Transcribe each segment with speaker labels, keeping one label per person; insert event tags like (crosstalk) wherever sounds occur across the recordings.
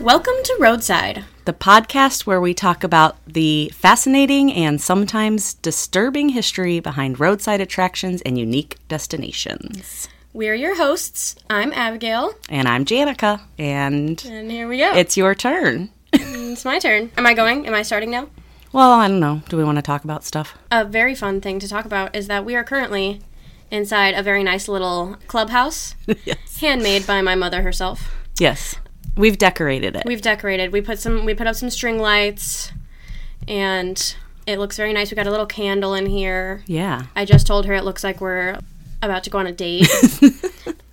Speaker 1: Welcome to Roadside.
Speaker 2: the podcast where we talk about the fascinating and sometimes disturbing history behind roadside attractions and unique destinations.
Speaker 1: We're your hosts. I'm Abigail,
Speaker 2: And I'm Janica, and
Speaker 1: and here we go. It's,
Speaker 2: it's your turn.
Speaker 1: my turn. Am I going? Am I starting now?
Speaker 2: Well, I don't know. Do we want to talk about stuff?
Speaker 1: A very fun thing to talk about is that we are currently inside a very nice little clubhouse,
Speaker 2: (laughs) yes.
Speaker 1: handmade by my mother herself.
Speaker 2: Yes. We've decorated it.
Speaker 1: We've decorated. We put some. We put up some string lights, and it looks very nice. We got a little candle in here.
Speaker 2: yeah.
Speaker 1: I just told her it looks like we're about to go on a date,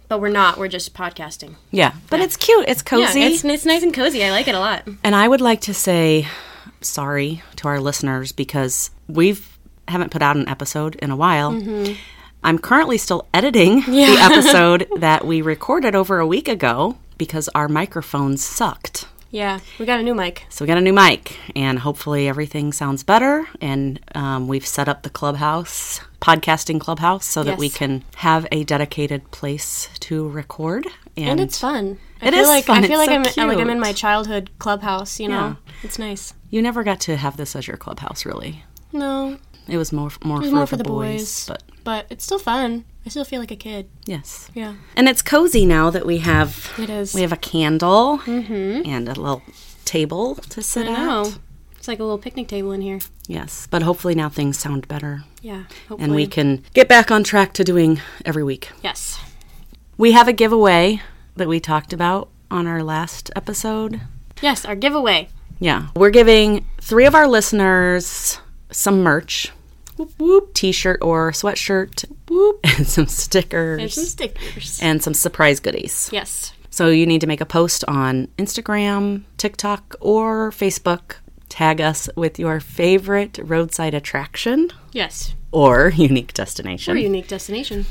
Speaker 1: but we're not. We're just podcasting.
Speaker 2: Yeah. But it's cute. It's
Speaker 1: Yeah,
Speaker 2: cozy.
Speaker 1: it's, it's nice and cozy. I like it a lot.
Speaker 2: And I would like to say sorry to our listeners because we've haven't put out an episode in a while.
Speaker 1: Mm-hmm.
Speaker 2: I'm currently still
Speaker 1: (laughs)
Speaker 2: editing the episode that we recorded over a week ago because our microphones sucked.
Speaker 1: Yeah, we got a new mic.
Speaker 2: So we got a new mic, and hopefully everything sounds better. And um, we've set up the clubhouse, podcasting clubhouse, so that we
Speaker 1: Yes.
Speaker 2: can have a dedicated place to record.
Speaker 1: and it's fun. I
Speaker 2: It
Speaker 1: feel
Speaker 2: is
Speaker 1: like
Speaker 2: fun.
Speaker 1: I feel
Speaker 2: It's
Speaker 1: like
Speaker 2: so
Speaker 1: I'm like I'm
Speaker 2: cute.
Speaker 1: in my childhood clubhouse. You know, it's nice.
Speaker 2: you never got to have this as your clubhouse, really.
Speaker 1: No,
Speaker 2: It was more more,
Speaker 1: it's
Speaker 2: for,
Speaker 1: more for
Speaker 2: the,
Speaker 1: boys,
Speaker 2: boys, but
Speaker 1: but it's still fun. I still feel like a kid.
Speaker 2: yes.
Speaker 1: Yeah,
Speaker 2: And it's cozy now that we have
Speaker 1: it is.
Speaker 2: we have a candle and a little table to sit
Speaker 1: Mm-hmm. I know.
Speaker 2: at.
Speaker 1: It's like a little picnic table in here.
Speaker 2: Yes, but hopefully now things sound better
Speaker 1: Yeah, hopefully.
Speaker 2: and we can get back on track to doing every week.
Speaker 1: yes,
Speaker 2: We have a giveaway that we talked about on our last episode.
Speaker 1: yes, our giveaway.
Speaker 2: Yeah, we're giving three of our listeners some merch. Whoop whoop, t-shirt or sweatshirt, whoop, (laughs) and some stickers
Speaker 1: There's some stickers.
Speaker 2: and some surprise goodies.
Speaker 1: Yes,
Speaker 2: So you need to make a post on Instagram, TikTok, or Facebook. Tag us with your favorite roadside attraction
Speaker 1: yes.
Speaker 2: or (laughs) unique
Speaker 1: Our
Speaker 2: destination
Speaker 1: unique destination.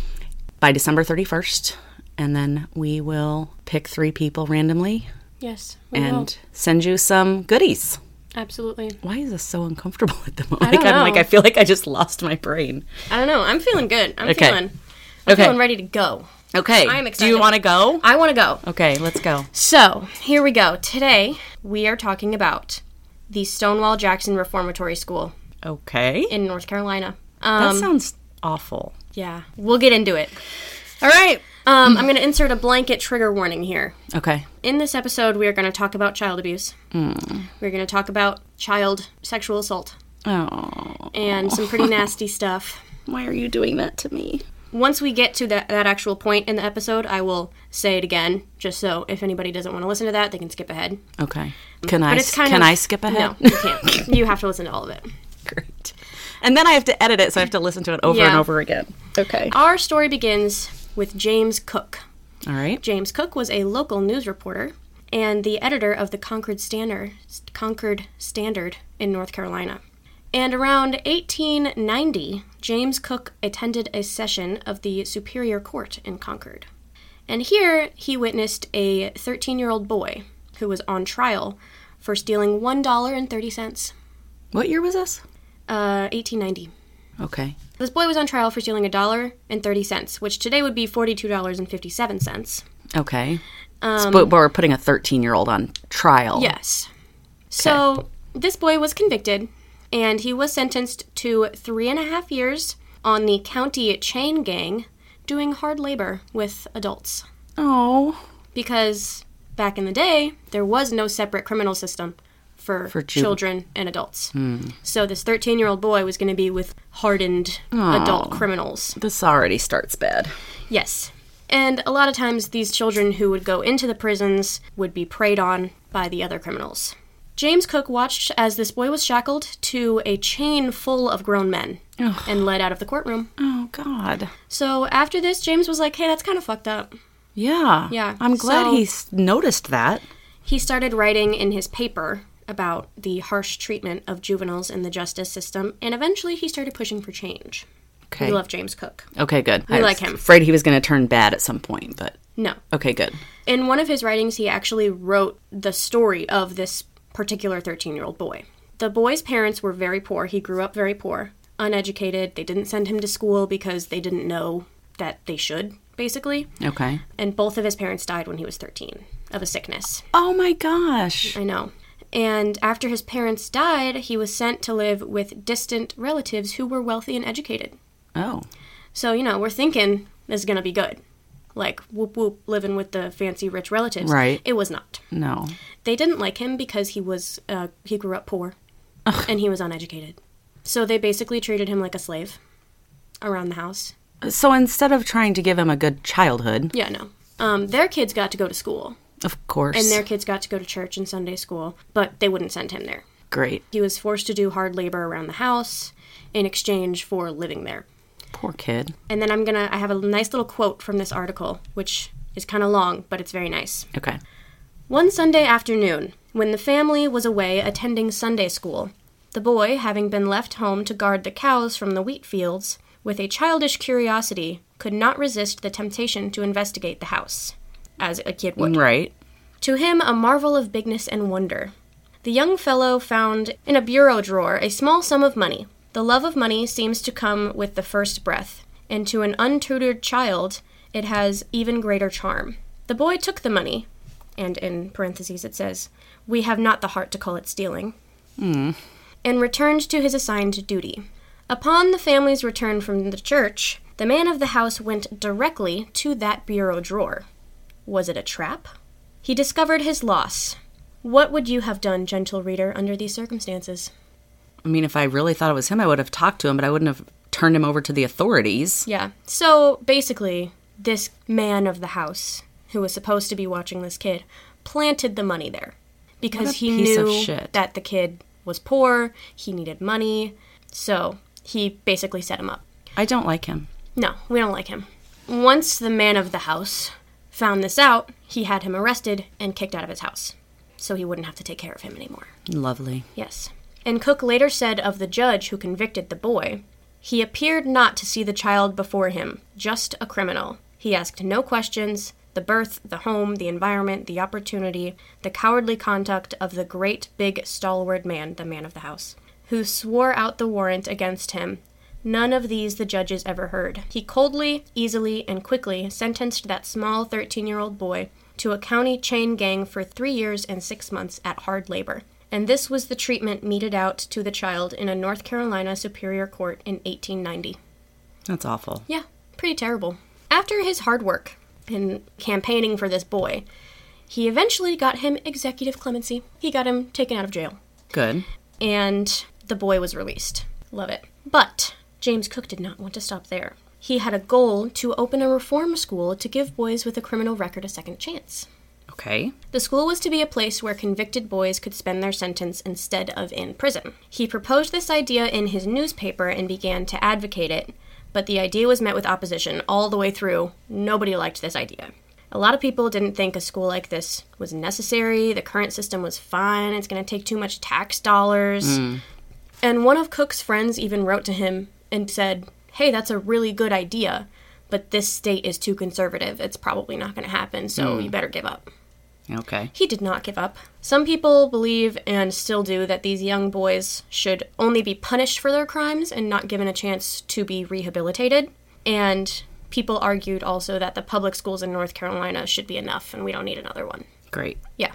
Speaker 2: by December 31st. And then we will pick three people randomly
Speaker 1: Yes, we will.
Speaker 2: and send you some goodies.
Speaker 1: absolutely.
Speaker 2: Why is this so uncomfortable (laughs) at the moment?
Speaker 1: don't
Speaker 2: like, I'm like,
Speaker 1: know.
Speaker 2: I feel like I just lost my brain.
Speaker 1: I don't know. I'm feeling good. I'm
Speaker 2: Okay.
Speaker 1: feeling. I'm
Speaker 2: Okay.
Speaker 1: feeling ready to go.
Speaker 2: Okay.
Speaker 1: I'm
Speaker 2: Do
Speaker 1: excited.
Speaker 2: you want to go?
Speaker 1: I want to go.
Speaker 2: Okay, let's go.
Speaker 1: So, here we go. Today, we are talking about the Stonewall Jackson Reformatory School
Speaker 2: Okay.
Speaker 1: in North Carolina.
Speaker 2: that
Speaker 1: Um,
Speaker 2: sounds awful.
Speaker 1: yeah, we'll get into it.
Speaker 2: All right. Mm.
Speaker 1: Um, I'm going to insert a blanket trigger warning here.
Speaker 2: Okay.
Speaker 1: In this episode, we are going to talk about child abuse.
Speaker 2: Mm.
Speaker 1: We're going to talk about child sexual assault
Speaker 2: Oh,
Speaker 1: and some
Speaker 2: (laughs)
Speaker 1: pretty nasty stuff.
Speaker 2: why are you doing that to me?
Speaker 1: Once we get to that, that actual point in the episode, I will say it again, just so if anybody doesn't want to listen to that, they can skip ahead.
Speaker 2: Okay. Can I
Speaker 1: But it's kind
Speaker 2: can
Speaker 1: of
Speaker 2: I skip ahead? (laughs)
Speaker 1: No, you can't. you have to listen to all of it.
Speaker 2: Great. And then I have to edit it, so I have to listen to it over and
Speaker 1: Yeah.
Speaker 2: over again. Okay.
Speaker 1: Our story begins with James Cook.
Speaker 2: All right.
Speaker 1: James Cook was a local news reporter and the editor of the Concord Standard, Concord Standard in North Carolina. And around 1890, James Cook attended a session of the Superior Court in Concord. And here he witnessed a 13 year old boy who was on trial for stealing $1.30,
Speaker 2: What year was this?
Speaker 1: uh, 1890.
Speaker 2: Okay.
Speaker 1: This boy was on trial for stealing a dollar and thirty cents, which today would be forty-two dollars and fifty-seven cents.
Speaker 2: Okay. So, but we're putting a 13 year old on trial.
Speaker 1: Yes. So this boy was convicted, and he was sentenced to three and a half years on the county chain gang, doing hard labor with adults.
Speaker 2: Oh,
Speaker 1: Because back in the day, there was no separate criminal system for, Hmm.
Speaker 2: For ju-
Speaker 1: children and adults. So this thirteen-year-old boy was going to be with hardened adult criminals.
Speaker 2: this already starts bad.
Speaker 1: Yes. And a lot of times, these children who would go into the prisons would be preyed on by the other criminals. James Cook watched as this boy was shackled to a chain full of grown men and led out of the courtroom.
Speaker 2: Oh God.
Speaker 1: So after this, James was like, hey, that's kind of fucked up.
Speaker 2: Yeah.
Speaker 1: Yeah,
Speaker 2: I'm glad
Speaker 1: so-
Speaker 2: he he's noticed that.
Speaker 1: He started writing in his paper about the harsh treatment of juveniles in the justice system, and eventually he started pushing for change.
Speaker 2: Okay.
Speaker 1: We love James Cook.
Speaker 2: okay. Good. I
Speaker 1: like
Speaker 2: was
Speaker 1: him.
Speaker 2: Afraid he was going to turn bad at some point, but
Speaker 1: No,
Speaker 2: okay. Good.
Speaker 1: In one of his writings, he actually wrote the story of this particular 13 year old boy. The boy's parents were very poor. He grew up very poor, uneducated. They didn't send him to school because they didn't know that they should, basically.
Speaker 2: Okay.
Speaker 1: And both of his parents died when he was 13. of a sickness.
Speaker 2: Oh my gosh.
Speaker 1: I know. And after his parents died, he was sent to live with distant relatives who were wealthy and educated.
Speaker 2: Oh.
Speaker 1: So, you know, we're thinking this is going to be good. Like, whoop whoop, living with the fancy rich relatives.
Speaker 2: Right.
Speaker 1: It was not.
Speaker 2: No.
Speaker 1: They didn't like him because he was, uh, he grew up poor and he was uneducated. So they basically treated him like a slave around the house.
Speaker 2: So instead of trying to give him a good childhood,
Speaker 1: Yeah, no. Um, their kids got to go to school
Speaker 2: of course.
Speaker 1: and their kids got to go to church and Sunday school, but they wouldn't send him there.
Speaker 2: great.
Speaker 1: He was forced to do hard labor around the house in exchange for living there.
Speaker 2: Poor kid.
Speaker 1: And then I'm going to I have a nice little quote from this article which is kind of long, but it's very nice.
Speaker 2: Okay.
Speaker 1: One Sunday afternoon, when the family was away attending Sunday school, the boy, having been left home to guard the cows from the wheat fields, with a childish curiosity, could not resist the temptation to investigate the house, as a kid would.
Speaker 2: Right.
Speaker 1: To him, a marvel of bigness and wonder. The young fellow found in a bureau drawer a small sum of money. The love of money seems to come with the first breath, and to an untutored child, it has even greater charm. The boy took the money, and in parentheses it says, We have not the heart to call it stealing, and returned to his assigned duty. Upon the family's return from the church, the man of the house went directly to that bureau drawer. Was it a trap? He discovered his loss. What would you have done, gentle reader, under these circumstances?
Speaker 2: I mean, if I really thought it was him, I would have talked to him, but I wouldn't have turned him over to the authorities.
Speaker 1: Yeah. So basically, this man of the house, who was supposed to be watching this kid, planted the money there
Speaker 2: What
Speaker 1: because
Speaker 2: a
Speaker 1: he
Speaker 2: piece of
Speaker 1: knew
Speaker 2: shit.
Speaker 1: that the kid was poor, he needed money. So he basically set him up.
Speaker 2: I don't like him.
Speaker 1: No, we don't like him. Once the man of the house found this out, he had him arrested and kicked out of his house so he wouldn't have to take care of him anymore.
Speaker 2: Lovely.
Speaker 1: Yes. And Cook later said of the judge who convicted the boy, he appeared not to see the child before him, just a criminal. He asked no questions. The birth, the home, the environment, the opportunity, the cowardly conduct of the great, big, stalwart man, the man of the house, who swore out the warrant against him. None of these the judges ever heard. He coldly, easily, and quickly sentenced that small 13 year old boy to a county chain gang for three years and six months at hard labor. And this was the treatment meted out to the child in a North Carolina Superior Court in 1890.
Speaker 2: That's awful.
Speaker 1: Yeah, pretty terrible. After his hard work in campaigning for this boy, he eventually got him executive clemency. He got him taken out of jail,
Speaker 2: Good.
Speaker 1: and the boy was released. Love it. But James Cook did not want to stop there. He had a goal to open a reform school to give boys with a criminal record a second chance.
Speaker 2: Okay.
Speaker 1: The school was to be a place where convicted boys could spend their sentence instead of in prison. He proposed this idea in his newspaper and began to advocate it, but the idea was met with opposition all the way through. Nobody liked this idea. A lot of people didn't think a school like this was necessary. The current system was fine. It's going to take too much tax dollars. And one of Cook's friends even wrote to him and said, Hey, that's a really good idea, but this state is too conservative. It's probably not going to happen, so you better give up.
Speaker 2: Okay.
Speaker 1: He did not give up. Some people believe, and still do, that these young boys should only be punished for their crimes and not given a chance to be rehabilitated. And people argued also that the public schools in North Carolina should be enough and we don't need another one.
Speaker 2: Great.
Speaker 1: Yeah.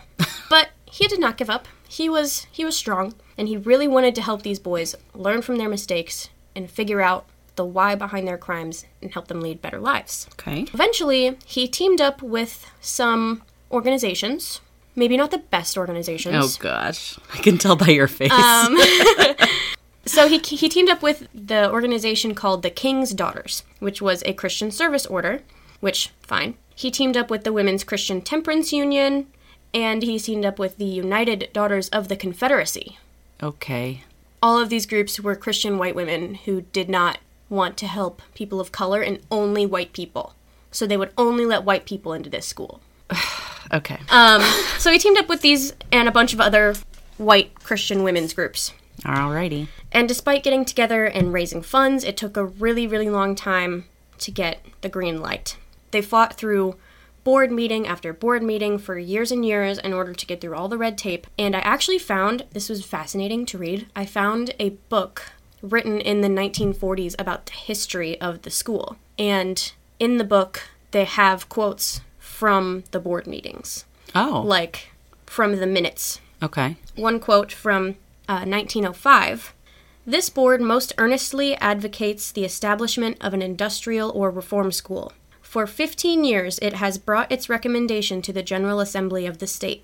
Speaker 1: But he did not give up. He was he was strong and he really wanted to help these boys learn from their mistakes and figure out the why behind their crimes and help them lead better lives.
Speaker 2: Okay.
Speaker 1: Eventually, he teamed up with some organizations, maybe not the best organizations.
Speaker 2: Oh gosh. (laughs) I can tell by your face.
Speaker 1: Uh, So he, he teamed up with the organization called the King's Daughters, which was a Christian service order, which, fine. He teamed up with the Women's Christian Temperance Union, and he teamed up with the United Daughters of the Confederacy.
Speaker 2: okay.
Speaker 1: All of these groups were Christian white women who did not want to help people of color and only white people. So they would only let white people into this school.
Speaker 2: Okay.
Speaker 1: uh, So he teamed up with these and a bunch of other white Christian women's groups.
Speaker 2: Alrighty.
Speaker 1: And despite getting together and raising funds, it took a really, really long time to get the green light. They fought through board meeting after board meeting for years and years in order to get through all the red tape. And I actually found this was fascinating to read. I found a book written in the 1940s about the history of the school. And in the book, they have quotes from the board meetings.
Speaker 2: Oh.
Speaker 1: like from the minutes.
Speaker 2: Okay.
Speaker 1: One quote from uh, 1905 This board most earnestly advocates the establishment of an industrial or reform school. For 15 years, it has brought its recommendation to the General Assembly of the state.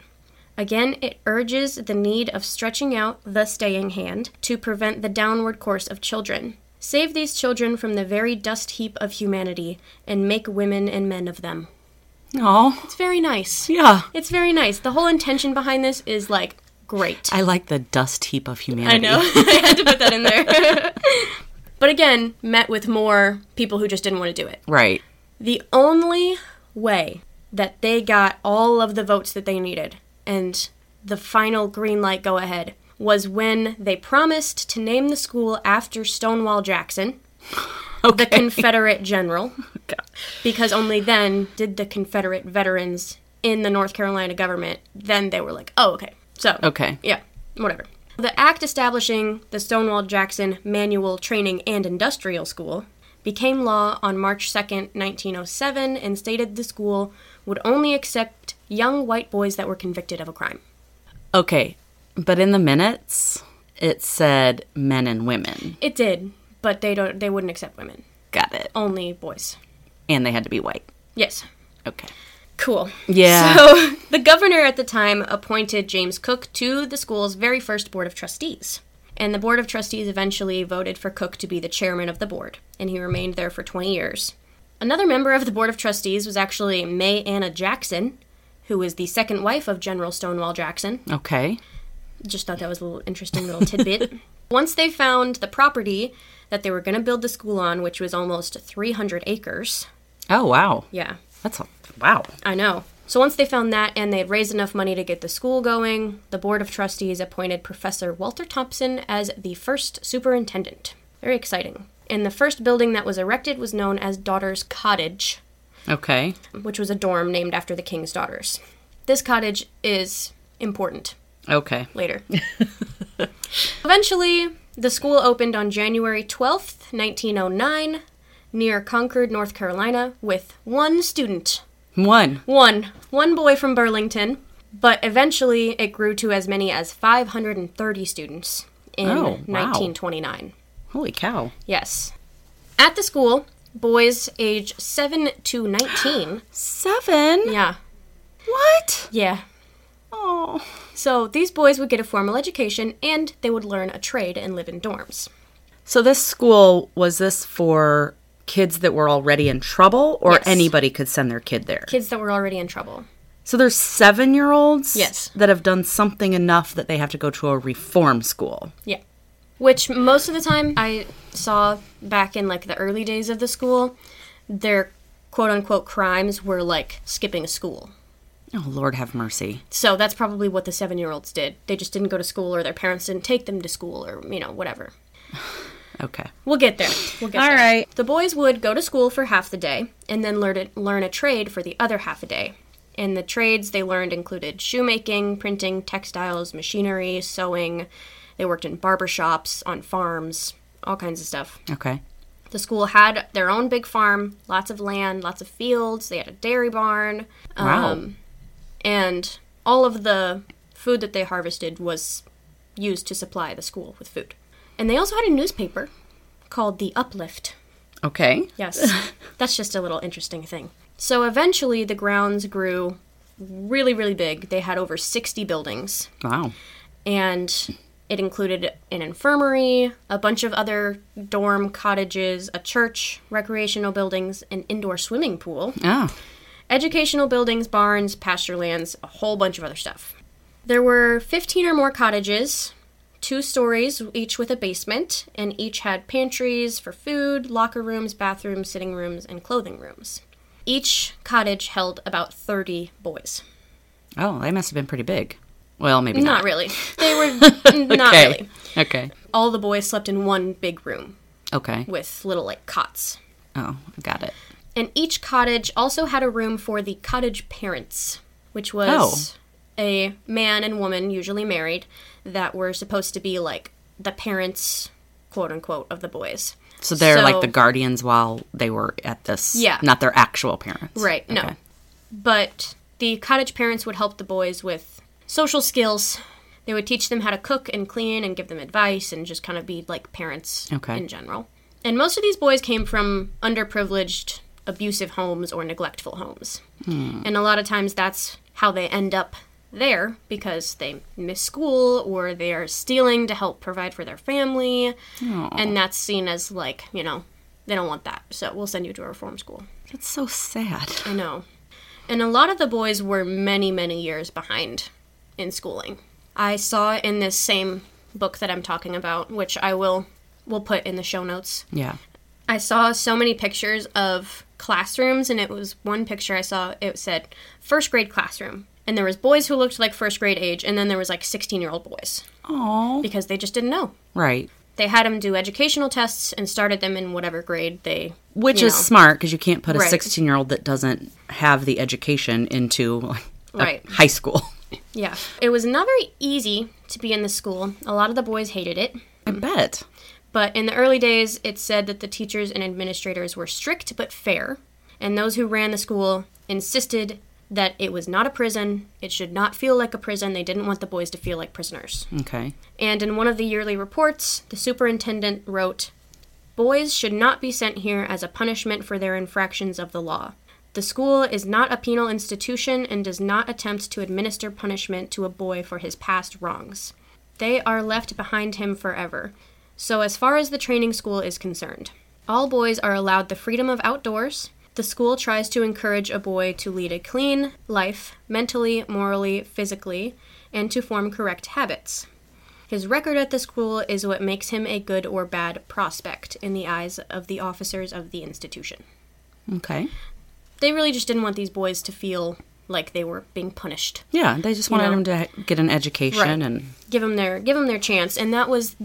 Speaker 1: Again, it urges the need of stretching out the staying hand to prevent the downward course of children. Save these children from the very dust heap of humanity and make women and men of them.
Speaker 2: Oh.
Speaker 1: It's very nice.
Speaker 2: Yeah.
Speaker 1: It's very nice. The whole intention behind this is like great.
Speaker 2: I like the dust heap of humanity.
Speaker 1: I know. (laughs) I had to put that in there. but again, met with more people who just didn't want to do it.
Speaker 2: Right.
Speaker 1: The only way that they got all of the votes that they needed and the final green light go ahead was when they promised to name the school after Stonewall Jackson,
Speaker 2: Okay.
Speaker 1: the Confederate
Speaker 2: (laughs)
Speaker 1: general, because only then did the Confederate veterans in the North Carolina government, then they were like, oh, okay. So,
Speaker 2: Okay.
Speaker 1: yeah, whatever. The act establishing the Stonewall Jackson Manual Training and Industrial School became law on March 2nd, 1907, and stated the school would only accept young white boys that were convicted of a crime.
Speaker 2: Okay. But in the minutes, it said men and women.
Speaker 1: It did, but they don't they wouldn't accept women,
Speaker 2: Got it.
Speaker 1: only boys.
Speaker 2: And they had to be white.
Speaker 1: Yes.
Speaker 2: Okay.
Speaker 1: Cool.
Speaker 2: Yeah.
Speaker 1: So, (laughs) the governor at the time appointed James Cook to the school's very first board of trustees. And the board of trustees eventually voted for Cook to be the chairman of the board, and he remained there for 20 years. Another member of the board of trustees was actually May Anna Jackson, who was the second wife of General Stonewall Jackson.
Speaker 2: Okay.
Speaker 1: Just thought that was a little interesting little tidbit. Once they found the property that they were going to build the school on, which was almost 300 acres.
Speaker 2: Oh, wow.
Speaker 1: Yeah,
Speaker 2: That's a, wow.
Speaker 1: I know. So once they found that and they had raised enough money to get the school going, the Board of Trustees appointed Professor Walter Thompson as the first superintendent. Very exciting. And the first building that was erected was known as Daughter's Cottage,
Speaker 2: Okay.
Speaker 1: which was a dorm named after the king's daughters. This cottage is important
Speaker 2: Okay.
Speaker 1: later. Eventually, the school opened on January 12th, 1909, near Concord, North Carolina, with one student.
Speaker 2: One.
Speaker 1: One. One boy from Burlington, but eventually it grew to as many as 530 students in
Speaker 2: Oh, wow.
Speaker 1: 1929.
Speaker 2: Holy cow.
Speaker 1: Yes. At the school, boys age 7 to
Speaker 2: (gasps)
Speaker 1: 19.
Speaker 2: Seven?
Speaker 1: yeah.
Speaker 2: What?
Speaker 1: Yeah.
Speaker 2: Oh.
Speaker 1: So these boys would get a formal education and they would learn a trade and live in dorms.
Speaker 2: So this school was this for kids that were already in trouble or
Speaker 1: Yes.
Speaker 2: anybody could send their kid there.
Speaker 1: Kids that were already in trouble.
Speaker 2: So there's 7-year-olds
Speaker 1: Yes.
Speaker 2: that have done something enough that they have to go to a reform school.
Speaker 1: Yeah. Which most of the time I saw back in like the early days of the school, their quote unquote crimes were like skipping school.
Speaker 2: Oh lord have mercy.
Speaker 1: So that's probably what the seven year olds did. They just didn't go to school or their parents didn't take them to school or, you know, whatever.
Speaker 2: Okay.
Speaker 1: We'll get there. We'll get
Speaker 2: All
Speaker 1: there.
Speaker 2: right.
Speaker 1: The boys would go to school for half the day and then learn a, learn a trade for the other half a day. And the trades they learned included shoemaking, printing, textiles, machinery, sewing. They worked in barber shops, on farms, all kinds of stuff.
Speaker 2: Okay.
Speaker 1: The school had their own big farm, lots of land, lots of fields. They had a dairy barn. Um,
Speaker 2: Wow.
Speaker 1: and all of the food that they harvested was used to supply the school with food. And they also had a newspaper called The Uplift.
Speaker 2: okay.
Speaker 1: Yes, that's just a little interesting thing. So eventually, the grounds grew really, really big. They had over 60 buildings,
Speaker 2: Wow.
Speaker 1: and it included an infirmary, a bunch of other dorm cottages, a church, recreational buildings, an indoor swimming pool
Speaker 2: Oh.
Speaker 1: educational buildings, barns, pasture lands, a whole bunch of other stuff. There were 15 or more cottages, two stories, each with a basement, and each had pantries for food, locker rooms, bathrooms, sitting rooms, and clothing rooms. Each cottage held about 30 boys.
Speaker 2: Oh, they must have been pretty big. Well, maybe
Speaker 1: Not
Speaker 2: not.
Speaker 1: really. They were not
Speaker 2: okay.
Speaker 1: really.
Speaker 2: Okay.
Speaker 1: All the boys slept in one big room
Speaker 2: Okay.
Speaker 1: with little like cots.
Speaker 2: Oh, got it.
Speaker 1: And each cottage also had a room for the cottage parents, which was a man and woman, usually married, that were supposed to be like the parents, quote unquote, of the boys.
Speaker 2: So they're
Speaker 1: So-
Speaker 2: like the guardians while they were at this.
Speaker 1: Yeah.
Speaker 2: Not their actual parents.
Speaker 1: Right, no.
Speaker 2: Okay.
Speaker 1: But The cottage parents would help the boys with social skills. They would teach them how to cook and clean and give them advice and just kind of be like parents
Speaker 2: Okay.
Speaker 1: in general. And most of these boys came from underprivileged, abusive homes or neglectful homes. And a lot of times that's how they end up there because they miss school or they are stealing to help provide for their family. And that's seen as like, you know, they don't want that. So we'll send you to a reform school.
Speaker 2: That's so sad.
Speaker 1: I know. And a lot of the boys were many, many years behind in schooling. I saw in this same book that I'm talking about, which I will will put in the show notes
Speaker 2: Yeah.
Speaker 1: I saw so many pictures of classrooms, and it was one picture I saw. It said first grade classroom, and there was boys who looked like first grade age, and then there was like sixteen year old boys
Speaker 2: Oh.
Speaker 1: because they just didn't know.
Speaker 2: Right.
Speaker 1: They had them do educational tests and started them in whatever grade they.
Speaker 2: Which
Speaker 1: you
Speaker 2: is
Speaker 1: know.
Speaker 2: smart because you can't put a
Speaker 1: Right.
Speaker 2: 16 year old that doesn't have the education into (laughs) like, a
Speaker 1: Right.
Speaker 2: high school.
Speaker 1: Yeah, it was not very easy to be in the school. A lot of the boys hated it.
Speaker 2: I bet.
Speaker 1: But in the early days, it said that the teachers and administrators were strict but fair, and those who ran the school insisted that it was not a prison, it should not feel like a prison, they didn't want the boys to feel like prisoners.
Speaker 2: Okay.
Speaker 1: And in one of the yearly reports, the superintendent wrote, Boys should not be sent here as a punishment for their infractions of the law. The school is not a penal institution and does not attempt to administer punishment to a boy for his past wrongs. They are left behind him forever. So, as far as the training school is concerned, all boys are allowed the freedom of outdoors. The school tries to encourage a boy to lead a clean life, mentally, morally, physically, and to form correct habits. His record at the school is what makes him a good or bad prospect in the eyes of the officers of the institution.
Speaker 2: Okay.
Speaker 1: They really just didn't want these boys to feel like they were being punished.
Speaker 2: Yeah. They just wanted
Speaker 1: know.
Speaker 2: him to ha- get an education
Speaker 1: Right.
Speaker 2: and
Speaker 1: Give them their give 'em their chance, and that was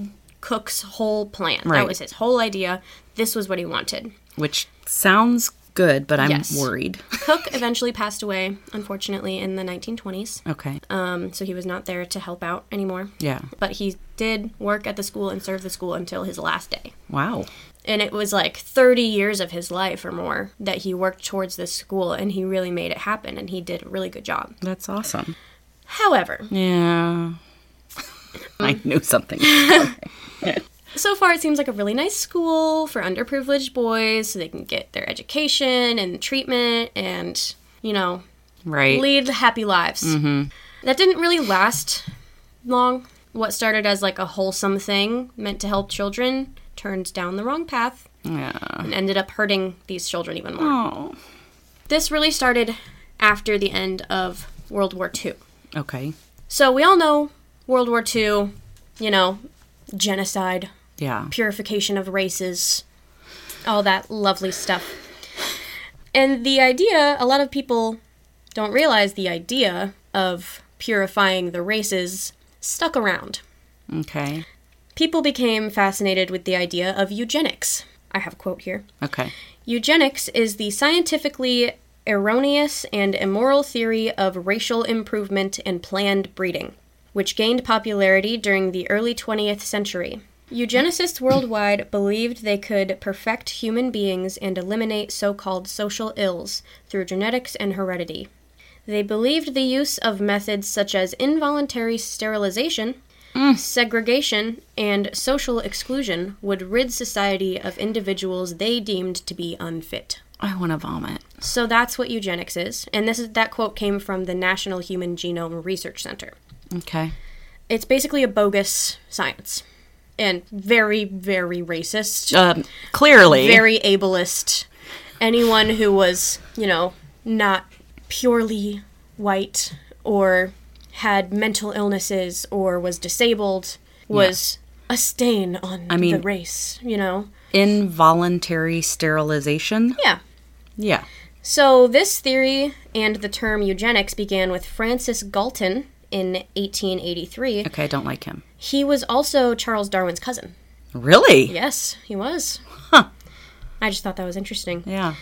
Speaker 1: Cook's whole plan.
Speaker 2: Right.
Speaker 1: That was his whole idea. This was what he wanted.
Speaker 2: which sounds good, but I'm
Speaker 1: Yes.
Speaker 2: worried. (laughs)
Speaker 1: Cook eventually passed away, unfortunately, in the 1920s.
Speaker 2: Okay.
Speaker 1: Um, so he was not there to help out anymore.
Speaker 2: Oh. Yeah.
Speaker 1: But he did work at the school and serve the school until his last day.
Speaker 2: Wow.
Speaker 1: and it was like 30 years of his life or more that he worked towards this school and he really made it happen and he did a really good job
Speaker 2: That's awesome.
Speaker 1: however
Speaker 2: Yeah. (laughs) I knew something.
Speaker 1: so far it seems like a really nice school for underprivileged boys so they can get their education and treatment and you know
Speaker 2: Right.
Speaker 1: lead happy lives that didn't really last long what started as like a wholesome thing meant to help children turned down the wrong path
Speaker 2: Yeah.
Speaker 1: and ended up hurting these children even more
Speaker 2: Oh.
Speaker 1: This really started after the end of World War II.
Speaker 2: Okay.
Speaker 1: So we all know World War II, you know, genocide,
Speaker 2: Yeah.
Speaker 1: purification of races, all that lovely stuff. And the idea, a lot of people don't realize the idea of purifying the races stuck around.
Speaker 2: Okay.
Speaker 1: People became fascinated with the idea of eugenics. I have a quote here.
Speaker 2: Okay.
Speaker 1: Eugenics is the scientifically erroneous and immoral theory of racial improvement and planned breeding, which gained popularity during the early 20th century. Eugenicists worldwide believed they could perfect human beings and eliminate so called social ills through genetics and heredity. They believed the use of methods such as involuntary sterilization, segregation, and social exclusion would rid society of individuals they deemed to be unfit.
Speaker 2: I want to vomit.
Speaker 1: So that's what eugenics is, and this is that quote came from the National Human Genome Research Center.
Speaker 2: Okay.
Speaker 1: It's basically a bogus science and very very racist,
Speaker 2: Um, clearly.
Speaker 1: very ableist. Anyone who was, you know, not purely white or had mental illnesses or was disabled was a stain on the
Speaker 2: mean-
Speaker 1: race, you know.
Speaker 2: Involuntary sterilization.
Speaker 1: Yeah.
Speaker 2: Yeah.
Speaker 1: So, this theory and the term eugenics began with Francis Galton in 1883.
Speaker 2: Okay. I don't like him.
Speaker 1: He was also Charles Darwin's cousin.
Speaker 2: Really?
Speaker 1: Yes, he was.
Speaker 2: Huh.
Speaker 1: I just thought that was interesting.
Speaker 2: Yeah.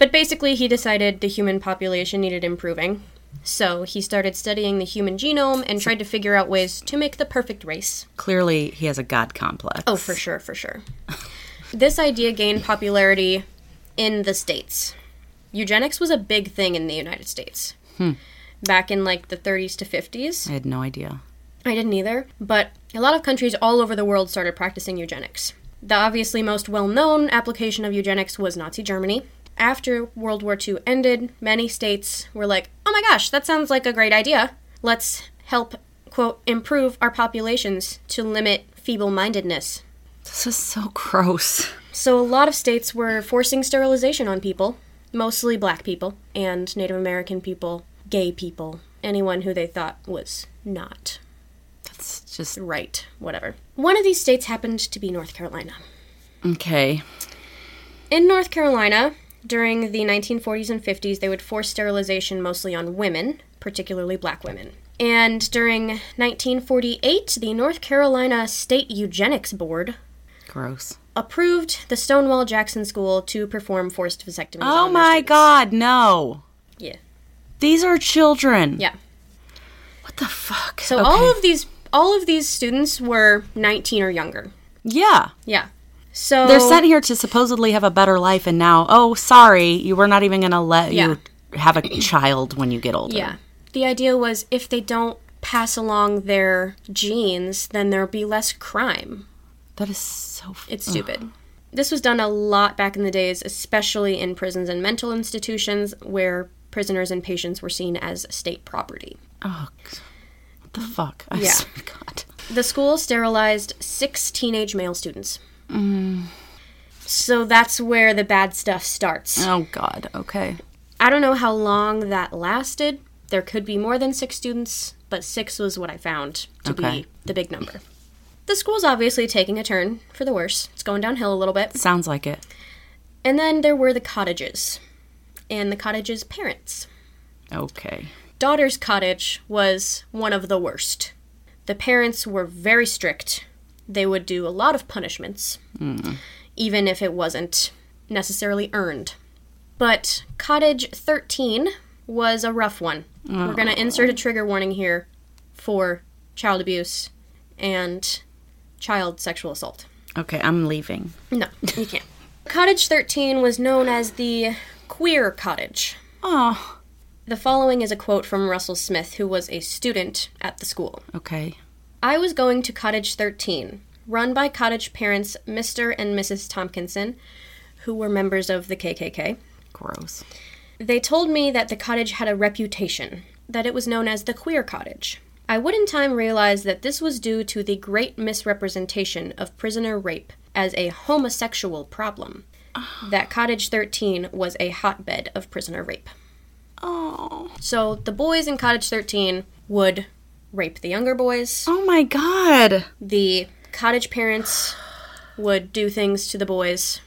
Speaker 1: But basically, he decided the human population needed improving. So, he started studying the human genome and tried to figure out ways to make the perfect race.
Speaker 2: Clearly, he has a god complex.
Speaker 1: Oh, for sure, for sure. this idea gained popularity in the States. Eugenics was a big thing in the United States. back in like the 30s to 50s.
Speaker 2: I had no idea.
Speaker 1: I didn't either, but a lot of countries all over the world started practicing eugenics. The obviously most well known application of eugenics was Nazi Germany. After World War II ended, many states were like, oh my gosh, that sounds like a great idea. Let's help, quote, improve our populations to limit feeble mindedness.
Speaker 2: This is so gross.
Speaker 1: So a lot of states were forcing sterilization on people, mostly black people and Native American people, gay people, anyone who they thought was not
Speaker 2: That's just
Speaker 1: right, whatever. One of these states happened to be North Carolina.
Speaker 2: okay.
Speaker 1: In North Carolina, during the 1940s and 50s, they would force sterilization mostly on women, particularly black women. And during 1948, the North Carolina State Eugenics Board
Speaker 2: Gross.
Speaker 1: approved the Stonewall Jackson School to perform forced vasectomies. on
Speaker 2: Oh
Speaker 1: their
Speaker 2: my
Speaker 1: students.
Speaker 2: god, no.
Speaker 1: Yeah.
Speaker 2: These are children.
Speaker 1: Yeah.
Speaker 2: What the fuck?
Speaker 1: So all of these all of these students were 19 or younger.
Speaker 2: Yeah.
Speaker 1: Yeah. So
Speaker 2: They're sent here to supposedly have a better life and now, oh, sorry, you were not even going to let
Speaker 1: Yeah.
Speaker 2: you have a child when you get older.
Speaker 1: Yeah. The idea was if they don't pass along their genes, then there'll be less crime.
Speaker 2: That is so f-
Speaker 1: It's stupid. This was done a lot back in the days, especially in prisons and mental institutions where prisoners and patients were seen as state property.
Speaker 2: Oh, g- what the fuck? I
Speaker 1: Yeah.
Speaker 2: swear to God.
Speaker 1: The school sterilized six teenage male students. So that's where the bad stuff starts.
Speaker 2: Oh, God. Okay.
Speaker 1: I don't know how long that lasted. There could be more than six students, but six was what I found to
Speaker 2: Okay.
Speaker 1: be the big number. The school's obviously taking a turn for the worse. It's going downhill a little bit.
Speaker 2: Sounds like it.
Speaker 1: And then there were the cottages and the cottage's parents.
Speaker 2: Okay.
Speaker 1: Daughter's cottage was one of the worst. The parents were very strict. They would do a lot of punishments, even if it wasn't necessarily earned. But cottage 13 was a rough one. We're going to insert a trigger warning here for child abuse and child sexual assault.
Speaker 2: Okay, I'm leaving.
Speaker 1: No, you can't. cottage 13 was known as the queer cottage.
Speaker 2: Oh.
Speaker 1: The following is a quote from Russell Smith, who was a student at the school.
Speaker 2: Okay.
Speaker 1: I was going to Cottage 13, run by cottage parents Mr. and Mrs. Tompkinson, who were members of the KKK.
Speaker 2: Gross.
Speaker 1: They told me that the cottage had a reputation, that it was known as the queer cottage. I would in time realize that this was due to the great misrepresentation of prisoner rape as a homosexual problem, that Cottage 13 was a hotbed of prisoner rape.
Speaker 2: Oh.
Speaker 1: So the boys in Cottage 13 would rape the younger boys.
Speaker 2: Oh my God.
Speaker 1: The cottage parents would do things to the boys.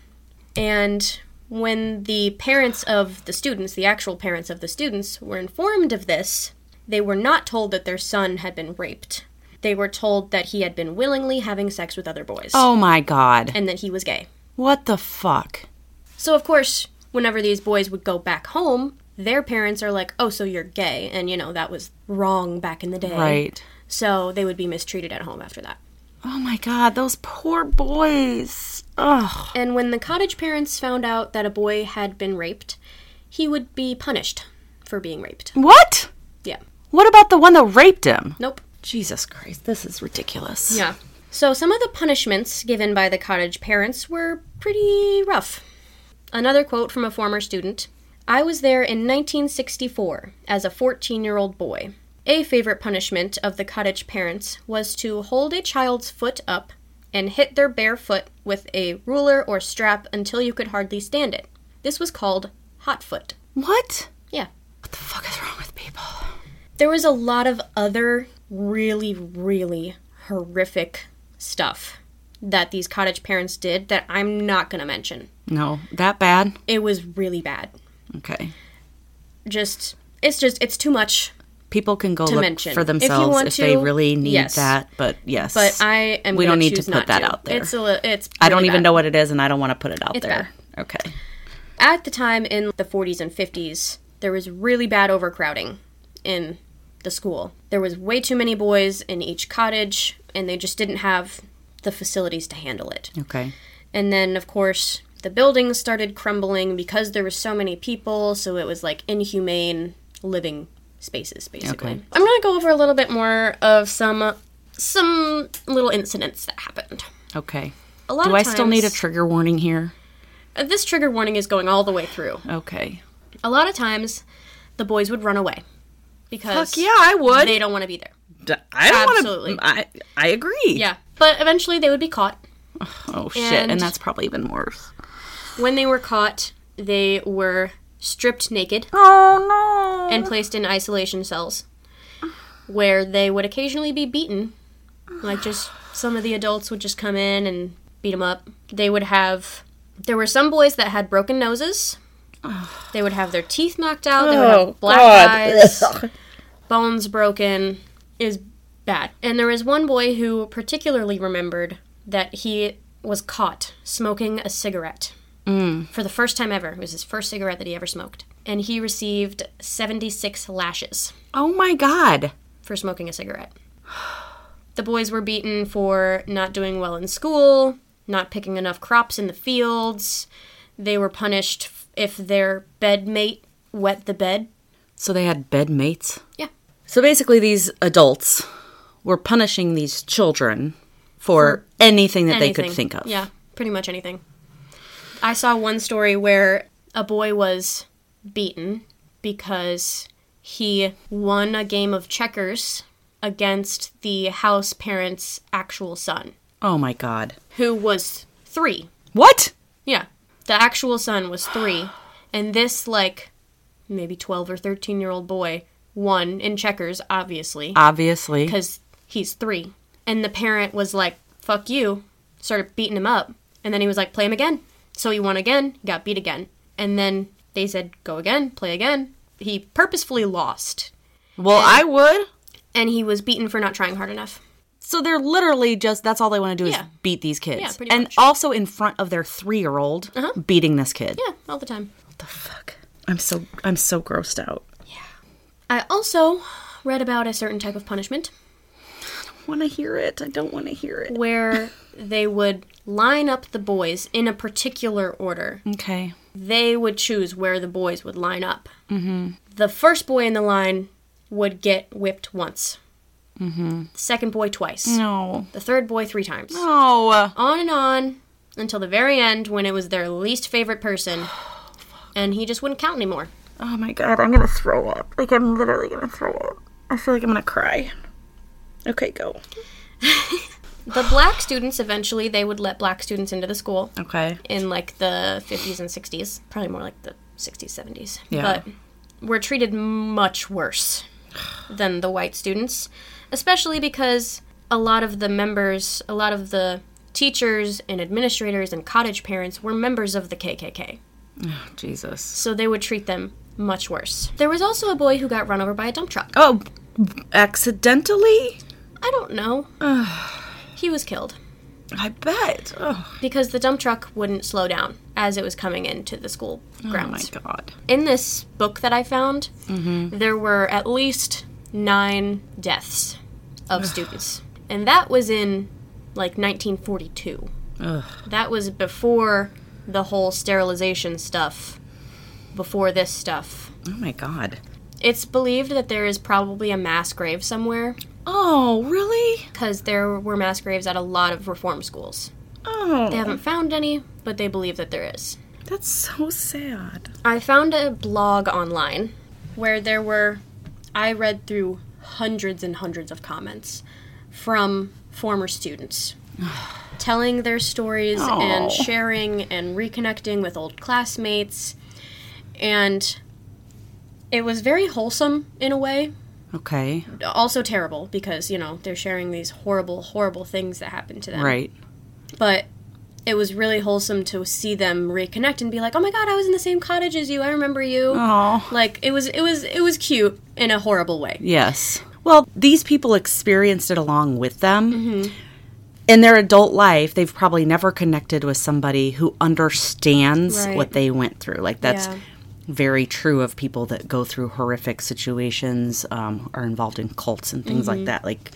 Speaker 1: And when the parents of the students, the actual parents of the students, were informed of this, they were not told that their son had been raped. They were told that he had been willingly having sex with other boys
Speaker 2: Oh my God.
Speaker 1: and that he was gay.
Speaker 2: What the fuck?
Speaker 1: So, of course, whenever these boys would go back home, their parents are like, oh, so you're gay. And, you know, that was wrong back in the day.
Speaker 2: Right.
Speaker 1: So they would be mistreated at home after that.
Speaker 2: Oh my God, those poor boys. Ugh.
Speaker 1: And when the cottage parents found out that a boy had been raped, he would be punished for being raped.
Speaker 2: What?
Speaker 1: Yeah.
Speaker 2: What about the one that raped him?
Speaker 1: Nope.
Speaker 2: Jesus Christ, this is ridiculous.
Speaker 1: Yeah. So some of the punishments given by the cottage parents were pretty rough. Another quote from a former student I was there in 1964 as a 14 year old boy. A favorite punishment of the cottage parents was to hold a child's foot up and hit their bare foot with a ruler or strap until you could hardly stand it. This was called hot foot.
Speaker 2: What?
Speaker 1: Yeah.
Speaker 2: What the fuck is wrong with people?
Speaker 1: There was a lot of other really, really horrific stuff that these cottage parents did that I'm not going to mention.
Speaker 2: No, that bad?
Speaker 1: It was really bad.
Speaker 2: Okay.
Speaker 1: Just, it's just, it's too much.
Speaker 2: People can go
Speaker 1: To
Speaker 2: look
Speaker 1: mention.
Speaker 2: for
Speaker 1: If you
Speaker 2: themselves if,
Speaker 1: want
Speaker 2: they
Speaker 1: to,
Speaker 2: really need
Speaker 1: yes.
Speaker 2: that, but yes.
Speaker 1: But I am.
Speaker 2: We
Speaker 1: gonna
Speaker 2: don't need to
Speaker 1: choose
Speaker 2: put
Speaker 1: not
Speaker 2: that out there.
Speaker 1: It's a. li- It's.
Speaker 2: I don't
Speaker 1: really
Speaker 2: even
Speaker 1: bad.
Speaker 2: know what it is and I don't want to put it out
Speaker 1: It's
Speaker 2: there. Okay.
Speaker 1: At the time in the 40s and 50s, there was really bad overcrowding in the school. There was way too many boys in each cottage, and they just didn't have the facilities to handle it.
Speaker 2: Okay.
Speaker 1: And then, of course, the buildings started crumbling because there were so many people, so it was like inhumane living spaces, basically. I'm going to go over a little bit more of some some little incidents that happened.
Speaker 2: Okay.
Speaker 1: A lot
Speaker 2: Do
Speaker 1: of
Speaker 2: I still need a
Speaker 1: times-
Speaker 2: trigger warning here?
Speaker 1: Uh, this trigger warning is going all the way through.
Speaker 2: Okay.
Speaker 1: A lot of times, the boys would run away because
Speaker 2: Fuck yeah, I would.
Speaker 1: they don't want to be there.
Speaker 2: D- I don't wanna-
Speaker 1: Absolutely.
Speaker 2: I I agree.
Speaker 1: Yeah, but eventually they would be caught.
Speaker 2: Oh shit,
Speaker 1: And-
Speaker 2: and that's probably even worse.
Speaker 1: When they were caught, they were stripped naked
Speaker 2: Oh no.
Speaker 1: and placed in isolation cells, where they would occasionally be beaten. Like just some of the adults would just come in and beat them up. They would have. There were some boys that had broken noses. They would have their teeth knocked out. They would have black eyes. bones broken is bad. And there is one boy who particularly remembered that he was caught smoking a cigarette for the first time ever. It was his first cigarette that he ever smoked. And he received 76 lashes
Speaker 2: Oh my god.
Speaker 1: for smoking a cigarette. (sighs) The boys were beaten for not doing well in school, not picking enough crops in the fields. They were punished if their bed mate wet the bed.
Speaker 2: So they had bed mates.
Speaker 1: Yeah.
Speaker 2: So basically, these adults were punishing these children for, anything that they could
Speaker 1: Anything.
Speaker 2: think of.
Speaker 1: Yeah, pretty much anything. I saw one story where a boy was beaten because he won a game of checkers against the house parent's actual son,
Speaker 2: Oh my god.
Speaker 1: who was three.
Speaker 2: What?
Speaker 1: Yeah, the actual son was three, and this, like, maybe 12 or 13 year old boy won in checkers, obviously,
Speaker 2: Obviously.
Speaker 1: because he's three. And the parent was like, fuck you, started beating him up. And then he was like, play him again. So he won again, got beat again. And then they said, go again, play again. He purposefully lost.
Speaker 2: Well, I would.
Speaker 1: And he was beaten for not trying hard enough.
Speaker 2: So they're literally just that's all they want to do
Speaker 1: Yeah.
Speaker 2: is beat these kids.
Speaker 1: Yeah, pretty
Speaker 2: and
Speaker 1: much. Uh-huh.
Speaker 2: also in front of their 3-year-old beating this kid.
Speaker 1: Yeah, all the time.
Speaker 2: What the fuck? I'm so I'm so grossed out.
Speaker 1: I also read about a certain type of punishment
Speaker 2: want to hear it. I don't want to hear it.
Speaker 1: where they would line up the boys in a particular order.
Speaker 2: Okay.
Speaker 1: they would choose where the boys would line up. Mm-hmm. The first boy in the line would get whipped once. Mm-hmm. Mm. The second boy twice.
Speaker 2: No.
Speaker 1: The third boy three times.
Speaker 2: No.
Speaker 1: On and on until the very end when it was their least favorite (sighs) person. And he just wouldn't count anymore.
Speaker 2: Oh my god, I'm gonna throw up. Like I'm literally gonna throw up. I feel like I'm gonna cry. Okay, go.
Speaker 1: The black students eventually they would let black students into the school
Speaker 2: Okay.
Speaker 1: in like the 50s and 60s, probably more like the 60s 70s.
Speaker 2: Yeah.
Speaker 1: But were treated much worse than the white students, especially because a lot of the members, a lot of the teachers and administrators and cottage parents were members of the KKK.
Speaker 2: Jesus.
Speaker 1: So they would treat them much worse. There was also a boy who got run over by a dump truck.
Speaker 2: Oh, accidentally?
Speaker 1: I don't
Speaker 2: (sighs)
Speaker 1: know. he was killed
Speaker 2: I bet. Oh,
Speaker 1: because the dump truck wouldn't slow down as it was coming into the school
Speaker 2: oh my
Speaker 1: grounds.
Speaker 2: god.
Speaker 1: in this book that I found, there were at least nine deaths of students. And that was in like 1942.
Speaker 2: Ugh.
Speaker 1: That was before the whole sterilization stuff, before this stuff.
Speaker 2: Oh my god.
Speaker 1: It's believed that there is probably a mass grave somewhere
Speaker 2: Oh, really?
Speaker 1: because there were mass graves at a lot of reform schools.
Speaker 2: Oh,
Speaker 1: They haven't found any, but they believe that there is.
Speaker 2: that's so sad.
Speaker 1: I found a blog online where there were, I read through hundreds and hundreds of comments from former
Speaker 2: (sighs)
Speaker 1: students telling their stories
Speaker 2: Aw.
Speaker 1: and sharing and reconnecting with old classmates. And it was very wholesome in a way,
Speaker 2: Okay.
Speaker 1: also terrible because, you know, they're sharing these horrible, horrible things that happened to them
Speaker 2: Right.
Speaker 1: but it was really wholesome to see them reconnect and be like, "Oh my god, I was in the same cottage as you. I remember you."
Speaker 2: Oh.
Speaker 1: Like it was it was it was cute in a horrible way.
Speaker 2: Yes. Well, these people experienced it along with them. Mm-hmm. In their adult life, they've probably never connected with somebody who understands
Speaker 1: Right.
Speaker 2: what they went through. Like, that's
Speaker 1: Yeah.
Speaker 2: very true of people that
Speaker 1: Mm-hmm.
Speaker 2: go through horrific situations, um, are involved in cults and things like that. Like,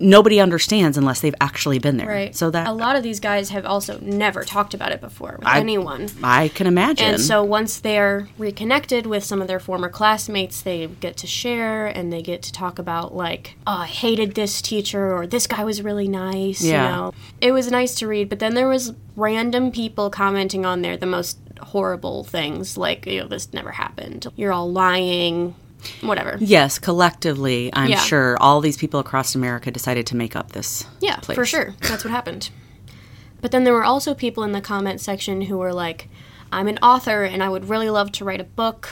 Speaker 2: nobody understands unless they've actually been there.
Speaker 1: Right.
Speaker 2: So that
Speaker 1: a lot of these guys have also never talked about it before with anyone.
Speaker 2: I can imagine.
Speaker 1: And so once they're reconnected with some of their former classmates, they get to share and they get to talk about like, oh, I hated this teacher or this guy was really nice.
Speaker 2: Yeah.
Speaker 1: You know, it was nice to read, but then there was random people commenting on there the most horrible things like, you know, this never happened. You're all lying, whatever.
Speaker 2: yes, collectively, I'm
Speaker 1: Yeah.
Speaker 2: sure all these people across America decided to make up this.
Speaker 1: Yeah,
Speaker 2: place.
Speaker 1: for sure. That's what happened. But then there were also people in the comment section who were like, I'm an author and I would really love to write a book.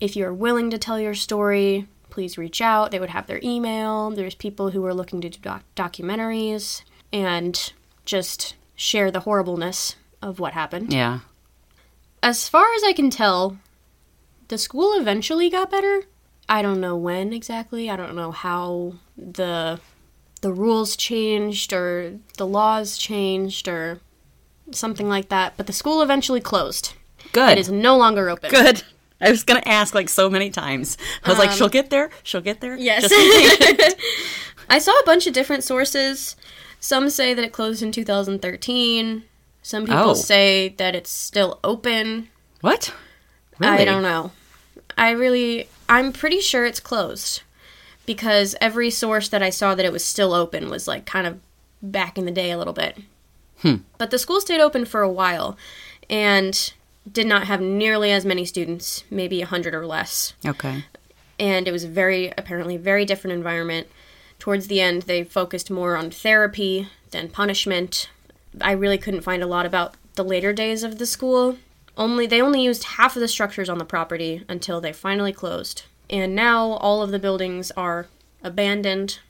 Speaker 1: If you're willing to tell your story, please reach out. They would have their email. There's people who were looking to do doc- documentaries and just share the horribleness of what happened.
Speaker 2: Yeah.
Speaker 1: As far as I can tell, the school eventually got better. I don't know when exactly. I don't know how the the rules changed or the laws changed or something like that, but the school eventually closed.
Speaker 2: Good.
Speaker 1: It is no longer open.
Speaker 2: good. I was gonna ask like so many times. I was like,
Speaker 1: Um,
Speaker 2: she'll get there. She'll get there.
Speaker 1: Yes.
Speaker 2: Just- (laughs)
Speaker 1: I saw a bunch of different sources. Some say that it closed in 2013. Some people
Speaker 2: Oh.
Speaker 1: say that it's still open.
Speaker 2: what?
Speaker 1: I don't know. I really, I'm pretty sure it's closed because every source that I saw that it was still open was like kind of back in the day a little bit. But the school stayed open for a while and did not have nearly as many students, maybe 100 or less.
Speaker 2: Okay.
Speaker 1: And it was very, apparently, very different environment. Towards the end, they focused more on therapy than punishment. I really couldn't find a lot about the later days of the school. Only they only used half of the structures on the property until they finally closed. And now all of the buildings are abandoned.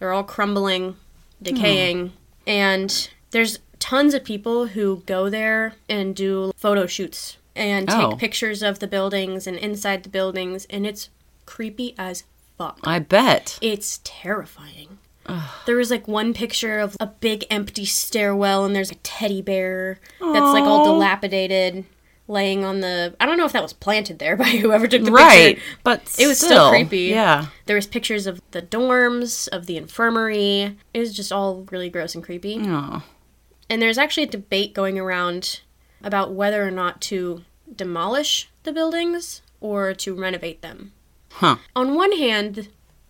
Speaker 1: They're all crumbling, decaying, and there's tons of people who go there and do photo shoots and take
Speaker 2: Oh.
Speaker 1: pictures of the buildings and inside the buildings and it's creepy as fuck.
Speaker 2: I bet.
Speaker 1: It's terrifying. There was like one picture of a big empty stairwell, and there's a teddy bear that's like all dilapidated, laying on the. I don't know if that was planted there (laughs) by whoever took the
Speaker 2: Right.
Speaker 1: picture.
Speaker 2: But
Speaker 1: It was still creepy.
Speaker 2: Yeah.
Speaker 1: There was pictures of the dorms, of the infirmary. It was just all really gross and creepy.
Speaker 2: Oh.
Speaker 1: And there's actually a debate going around about whether or not to demolish the buildings or to renovate them
Speaker 2: Huh.
Speaker 1: on one hand,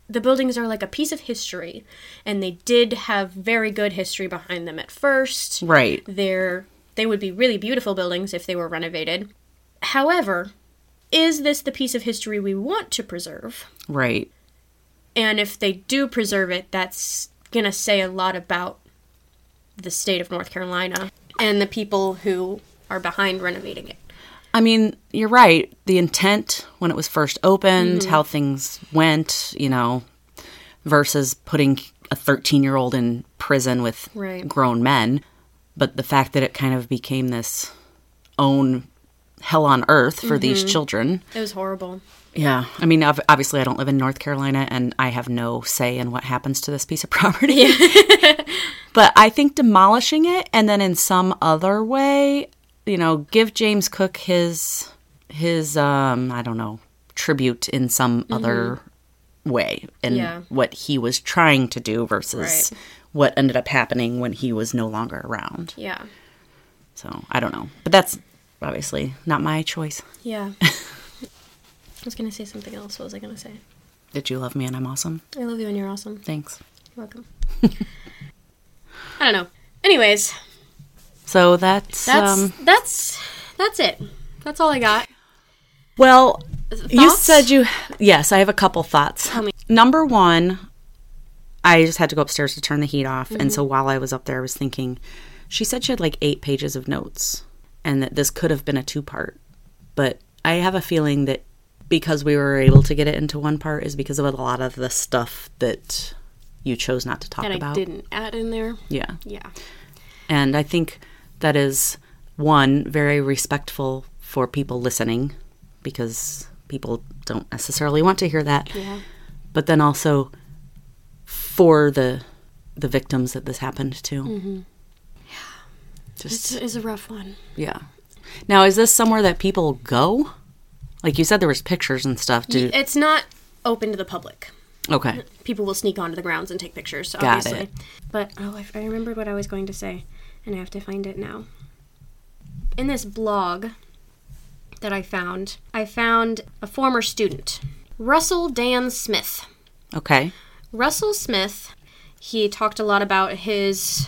Speaker 1: the buildings are like a piece of history, and they did have very good history behind them at first.
Speaker 2: Right.
Speaker 1: They're, they would be really beautiful buildings if they were renovated. However, is this the piece of history we want to preserve?
Speaker 2: Right.
Speaker 1: And if they do preserve it, that's going to say a lot about the state of North Carolina and the people who are behind renovating it.
Speaker 2: I mean, you're right. The intent when it was first opened,
Speaker 1: Mm-hmm.
Speaker 2: how things went, you know, versus putting a 13 year old in prison with
Speaker 1: Right.
Speaker 2: grown men. But the fact that it kind of became this own hell on earth for
Speaker 1: Mm-hmm.
Speaker 2: these children.
Speaker 1: It was horrible.
Speaker 2: Yeah. I mean, ob- obviously, I don't live in North Carolina and I have no say in what happens to this piece of (laughs) property.
Speaker 1: (laughs)
Speaker 2: but I think demolishing it and then in some other way, you know, give James Cook his, his, um, I don't know, tribute in some other way and
Speaker 1: Mm-hmm. Yeah.
Speaker 2: what he was trying to do versus
Speaker 1: Right.
Speaker 2: what ended up happening when he was no longer around.
Speaker 1: Yeah.
Speaker 2: So I don't know. But that's obviously not my choice.
Speaker 1: (laughs) Yeah. I was going to say something else. What was I going to say?
Speaker 2: That you love me and I'm awesome.
Speaker 1: I love you and you're awesome.
Speaker 2: Thanks.
Speaker 1: You're welcome. (laughs) I don't know. Anyways,
Speaker 2: So that's,
Speaker 1: that's
Speaker 2: um,
Speaker 1: that's that's it. That's all I got.
Speaker 2: well. You
Speaker 1: Thoughts?
Speaker 2: said you yes. I have a couple thoughts.
Speaker 1: me.
Speaker 2: Number one, I just had to go upstairs to turn the heat off,
Speaker 1: Mm-hmm.
Speaker 2: and so while I was up there, I was thinking. She said she had like eight pages of notes, and that this could have been a two part. But I have a feeling that because we were able to get it into one part is because of a lot of the stuff that you chose not to talk
Speaker 1: that I
Speaker 2: about.
Speaker 1: didn't add in there.
Speaker 2: Yeah.
Speaker 1: Yeah.
Speaker 2: And I think that is one very respectful for people listening because people don't necessarily want to hear that.
Speaker 1: Yeah.
Speaker 2: But then also for the the victims that this happened to.
Speaker 1: Mm-hmm. This
Speaker 2: Just
Speaker 1: is a rough one.
Speaker 2: yeah. Now is this somewhere that people go? Like you said there was pictures and stuff. Do
Speaker 1: It's not open to the public.
Speaker 2: Okay.
Speaker 1: People will sneak onto the grounds and take pictures,
Speaker 2: Got it.
Speaker 1: obviously. But oh, I, I remembered what I was going to say, and I have to find it now. In this blog that I found, I found a former student, Russell Dan Smith.
Speaker 2: Okay.
Speaker 1: Russell Smith, he talked a lot about his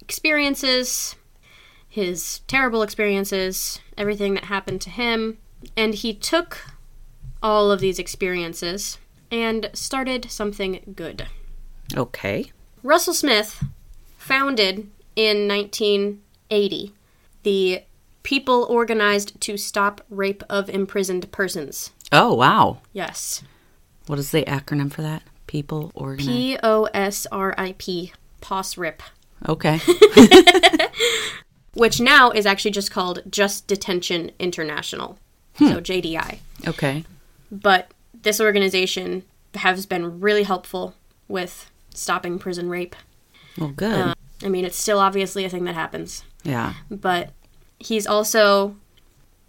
Speaker 1: experiences, his terrible experiences, everything that happened to him, and he took all of these experiences and started something good.
Speaker 2: Okay.
Speaker 1: Russell Smith founded in 1980 the People Organized to Stop Rape of Imprisoned Persons.
Speaker 2: Oh, wow.
Speaker 1: Yes.
Speaker 2: What is the acronym for that? People organized.
Speaker 1: P O S R I P, POS RIP.
Speaker 2: okay.
Speaker 1: which now is actually just called Just Detention International, so JDI.
Speaker 2: okay.
Speaker 1: But this organization has been really helpful with stopping prison rape.
Speaker 2: Well, good.
Speaker 1: I mean, it's still obviously a thing that happens,
Speaker 2: yeah.
Speaker 1: but he's also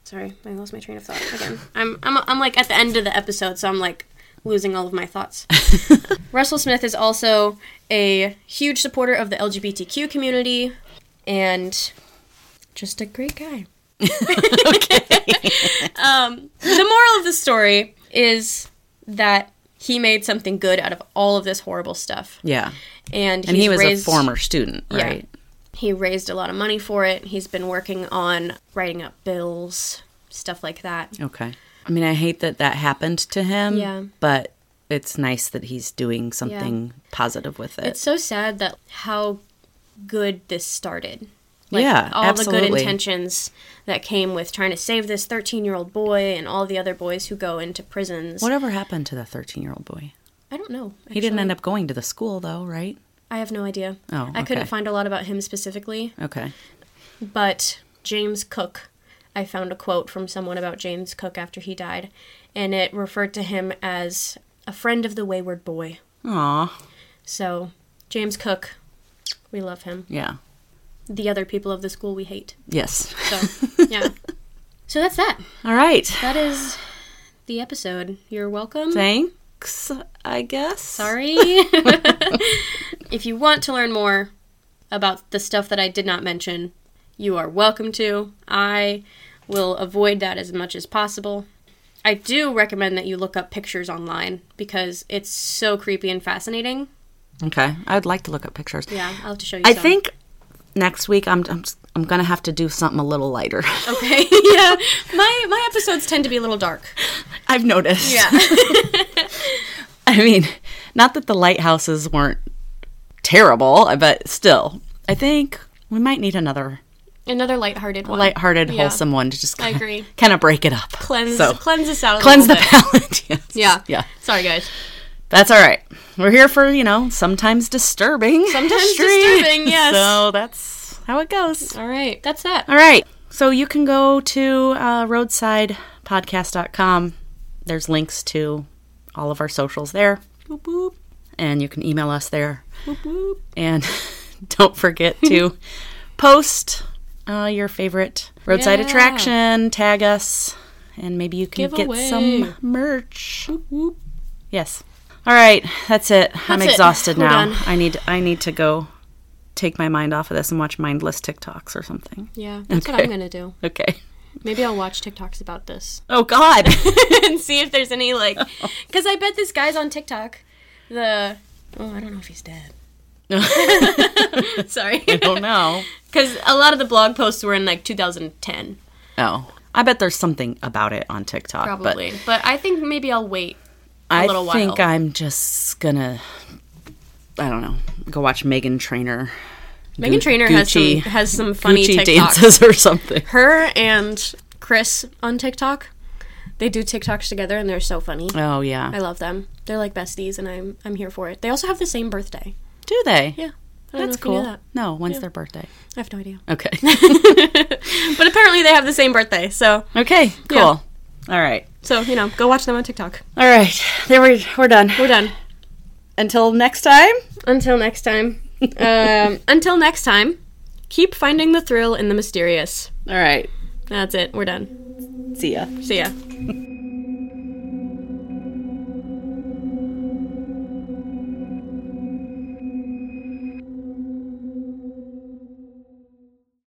Speaker 1: sorry, I lost my train of thought
Speaker 2: (laughs)
Speaker 1: again. I'm I'm I'm like at the end of the episode, so I'm like losing all of my
Speaker 2: (laughs)
Speaker 1: thoughts. Russell Smith is also a huge supporter of the LGBTQ community and just a great
Speaker 2: (laughs)
Speaker 1: guy. (laughs) um, the moral of the story is that he made something good out of all of this horrible stuff.
Speaker 2: Yeah.
Speaker 1: And,
Speaker 2: And
Speaker 1: he's
Speaker 2: he was
Speaker 1: raised,
Speaker 2: a former student,
Speaker 1: Yeah.
Speaker 2: right?
Speaker 1: He raised a lot of money for it. He's been working on writing up bills, stuff like that.
Speaker 2: Okay. I mean, I hate that that happened to him,
Speaker 1: Yeah.
Speaker 2: but it's nice that he's doing something positive with it.
Speaker 1: It's so sad that how good this started. Like,
Speaker 2: Yeah,
Speaker 1: all the good
Speaker 2: absolutely.
Speaker 1: intentions that came with trying to save this 13 year old boy and all the other boys who go into prisons.
Speaker 2: Whatever happened to that 13 year old boy?
Speaker 1: I don't know.
Speaker 2: He didn't end up going to the school, though, right?
Speaker 1: I have no idea.
Speaker 2: Oh,
Speaker 1: I couldn't
Speaker 2: okay.
Speaker 1: find a lot about him specifically,
Speaker 2: Okay.
Speaker 1: but James Cook, I found a quote from someone about James Cook after he died, and it referred to him as a friend of the wayward boy.
Speaker 2: Aw.
Speaker 1: So, James Cook, we love him.
Speaker 2: Yeah.
Speaker 1: The other people of the school we hate.
Speaker 2: Yes.
Speaker 1: So, yeah. So that's that.
Speaker 2: (laughs) All right.
Speaker 1: That is the episode. You're welcome.
Speaker 2: Thanks, I guess. (laughs)
Speaker 1: Sorry. if you want to learn more about the stuff that I did not mention, you are welcome to. I will avoid that as much as possible. I do recommend that you look up pictures online because it's so creepy and fascinating.
Speaker 2: Okay. I'd like to look up pictures.
Speaker 1: Yeah, I'll have to show you.
Speaker 2: I
Speaker 1: some.
Speaker 2: think next week I'm I'm, I'm going to have to do something a little lighter. (laughs)
Speaker 1: Okay. (laughs) yeah. My my episodes tend to be a little dark.
Speaker 2: I've noticed. (laughs) I mean, not that the lighthouses weren't terrible, but still, I think we might need another
Speaker 1: Another lighthearted one.
Speaker 2: lighthearted,
Speaker 1: Yeah.
Speaker 2: wholesome one to just kind
Speaker 1: agree.
Speaker 2: of, kind of break it up.
Speaker 1: Cleanse
Speaker 2: So,
Speaker 1: cleanse us out. A
Speaker 2: cleanse the
Speaker 1: little bit.
Speaker 2: palate. (laughs) yes.
Speaker 1: Yeah.
Speaker 2: Yeah.
Speaker 1: Sorry guys.
Speaker 2: That's all right. We're here for, you know, sometimes disturbing.
Speaker 1: Sometimes
Speaker 2: history. (laughs)
Speaker 1: disturbing, yes.
Speaker 2: So that's how it goes.
Speaker 1: All right. That's that.
Speaker 2: All right. So you can go to uh, roadsidepodcast.com. There's links to all of our socials there. Boop, boop. And you can email us there. Boop, boop. And (laughs) don't forget
Speaker 1: (laughs)
Speaker 2: to post uh, your favorite roadside
Speaker 1: Yeah.
Speaker 2: attraction, tag us, and maybe you can get
Speaker 1: Giveaway.
Speaker 2: some merch. Yes. All right, that's it. I'm
Speaker 1: That's it.
Speaker 2: exhausted
Speaker 1: We're
Speaker 2: now.
Speaker 1: done.
Speaker 2: I need I need to go take my mind off of this and watch mindless TikToks or something.
Speaker 1: Yeah. That's what
Speaker 2: Okay.
Speaker 1: I'm gonna do.
Speaker 2: Okay.
Speaker 1: Maybe I'll watch TikToks about this (laughs)
Speaker 2: Oh God. (laughs)
Speaker 1: and see if there's any like, because I bet this guy's on TikTok. The oh, I don't know if he's dead.
Speaker 2: (laughs)
Speaker 1: (laughs)
Speaker 2: I (laughs)
Speaker 1: Sorry,
Speaker 2: don't know.
Speaker 1: (laughs) because a lot of the blog posts were in like 2010,
Speaker 2: Oh, I bet there's something about it on TikTok.
Speaker 1: probably.
Speaker 2: but
Speaker 1: But, I think maybe I'll wait.
Speaker 2: I
Speaker 1: little while.
Speaker 2: think I'm just gonna. I don't know. Go watch Megan Trainer.
Speaker 1: Megan Trainer has some
Speaker 2: Gucci-
Speaker 1: has some funny
Speaker 2: Gucci
Speaker 1: TikToks.
Speaker 2: dances or something.
Speaker 1: (laughs) Her and Chris on TikTok, they do TikToks together, and they're so funny.
Speaker 2: Oh yeah.
Speaker 1: I love them. They're like besties, and I'm I'm here for it. They also have the same birthday.
Speaker 2: Do they?
Speaker 1: Yeah, I don't know
Speaker 2: That's
Speaker 1: if you knew
Speaker 2: cool.
Speaker 1: that.
Speaker 2: No, when's their birthday?
Speaker 1: I have no idea.
Speaker 2: Okay.
Speaker 1: (laughs) but apparently they have the same birthday, so
Speaker 2: (laughs) okay. Cool.
Speaker 1: (laughs) Yeah.
Speaker 2: All right.
Speaker 1: so you know, go watch them on TikTok.
Speaker 2: All right. There we we're done.
Speaker 1: We're done.
Speaker 2: Until next time.
Speaker 1: Until next time. um, until next time, keep finding the thrill in the mysterious.
Speaker 2: All right.
Speaker 1: That's it. We're done.
Speaker 2: See ya.
Speaker 1: See ya.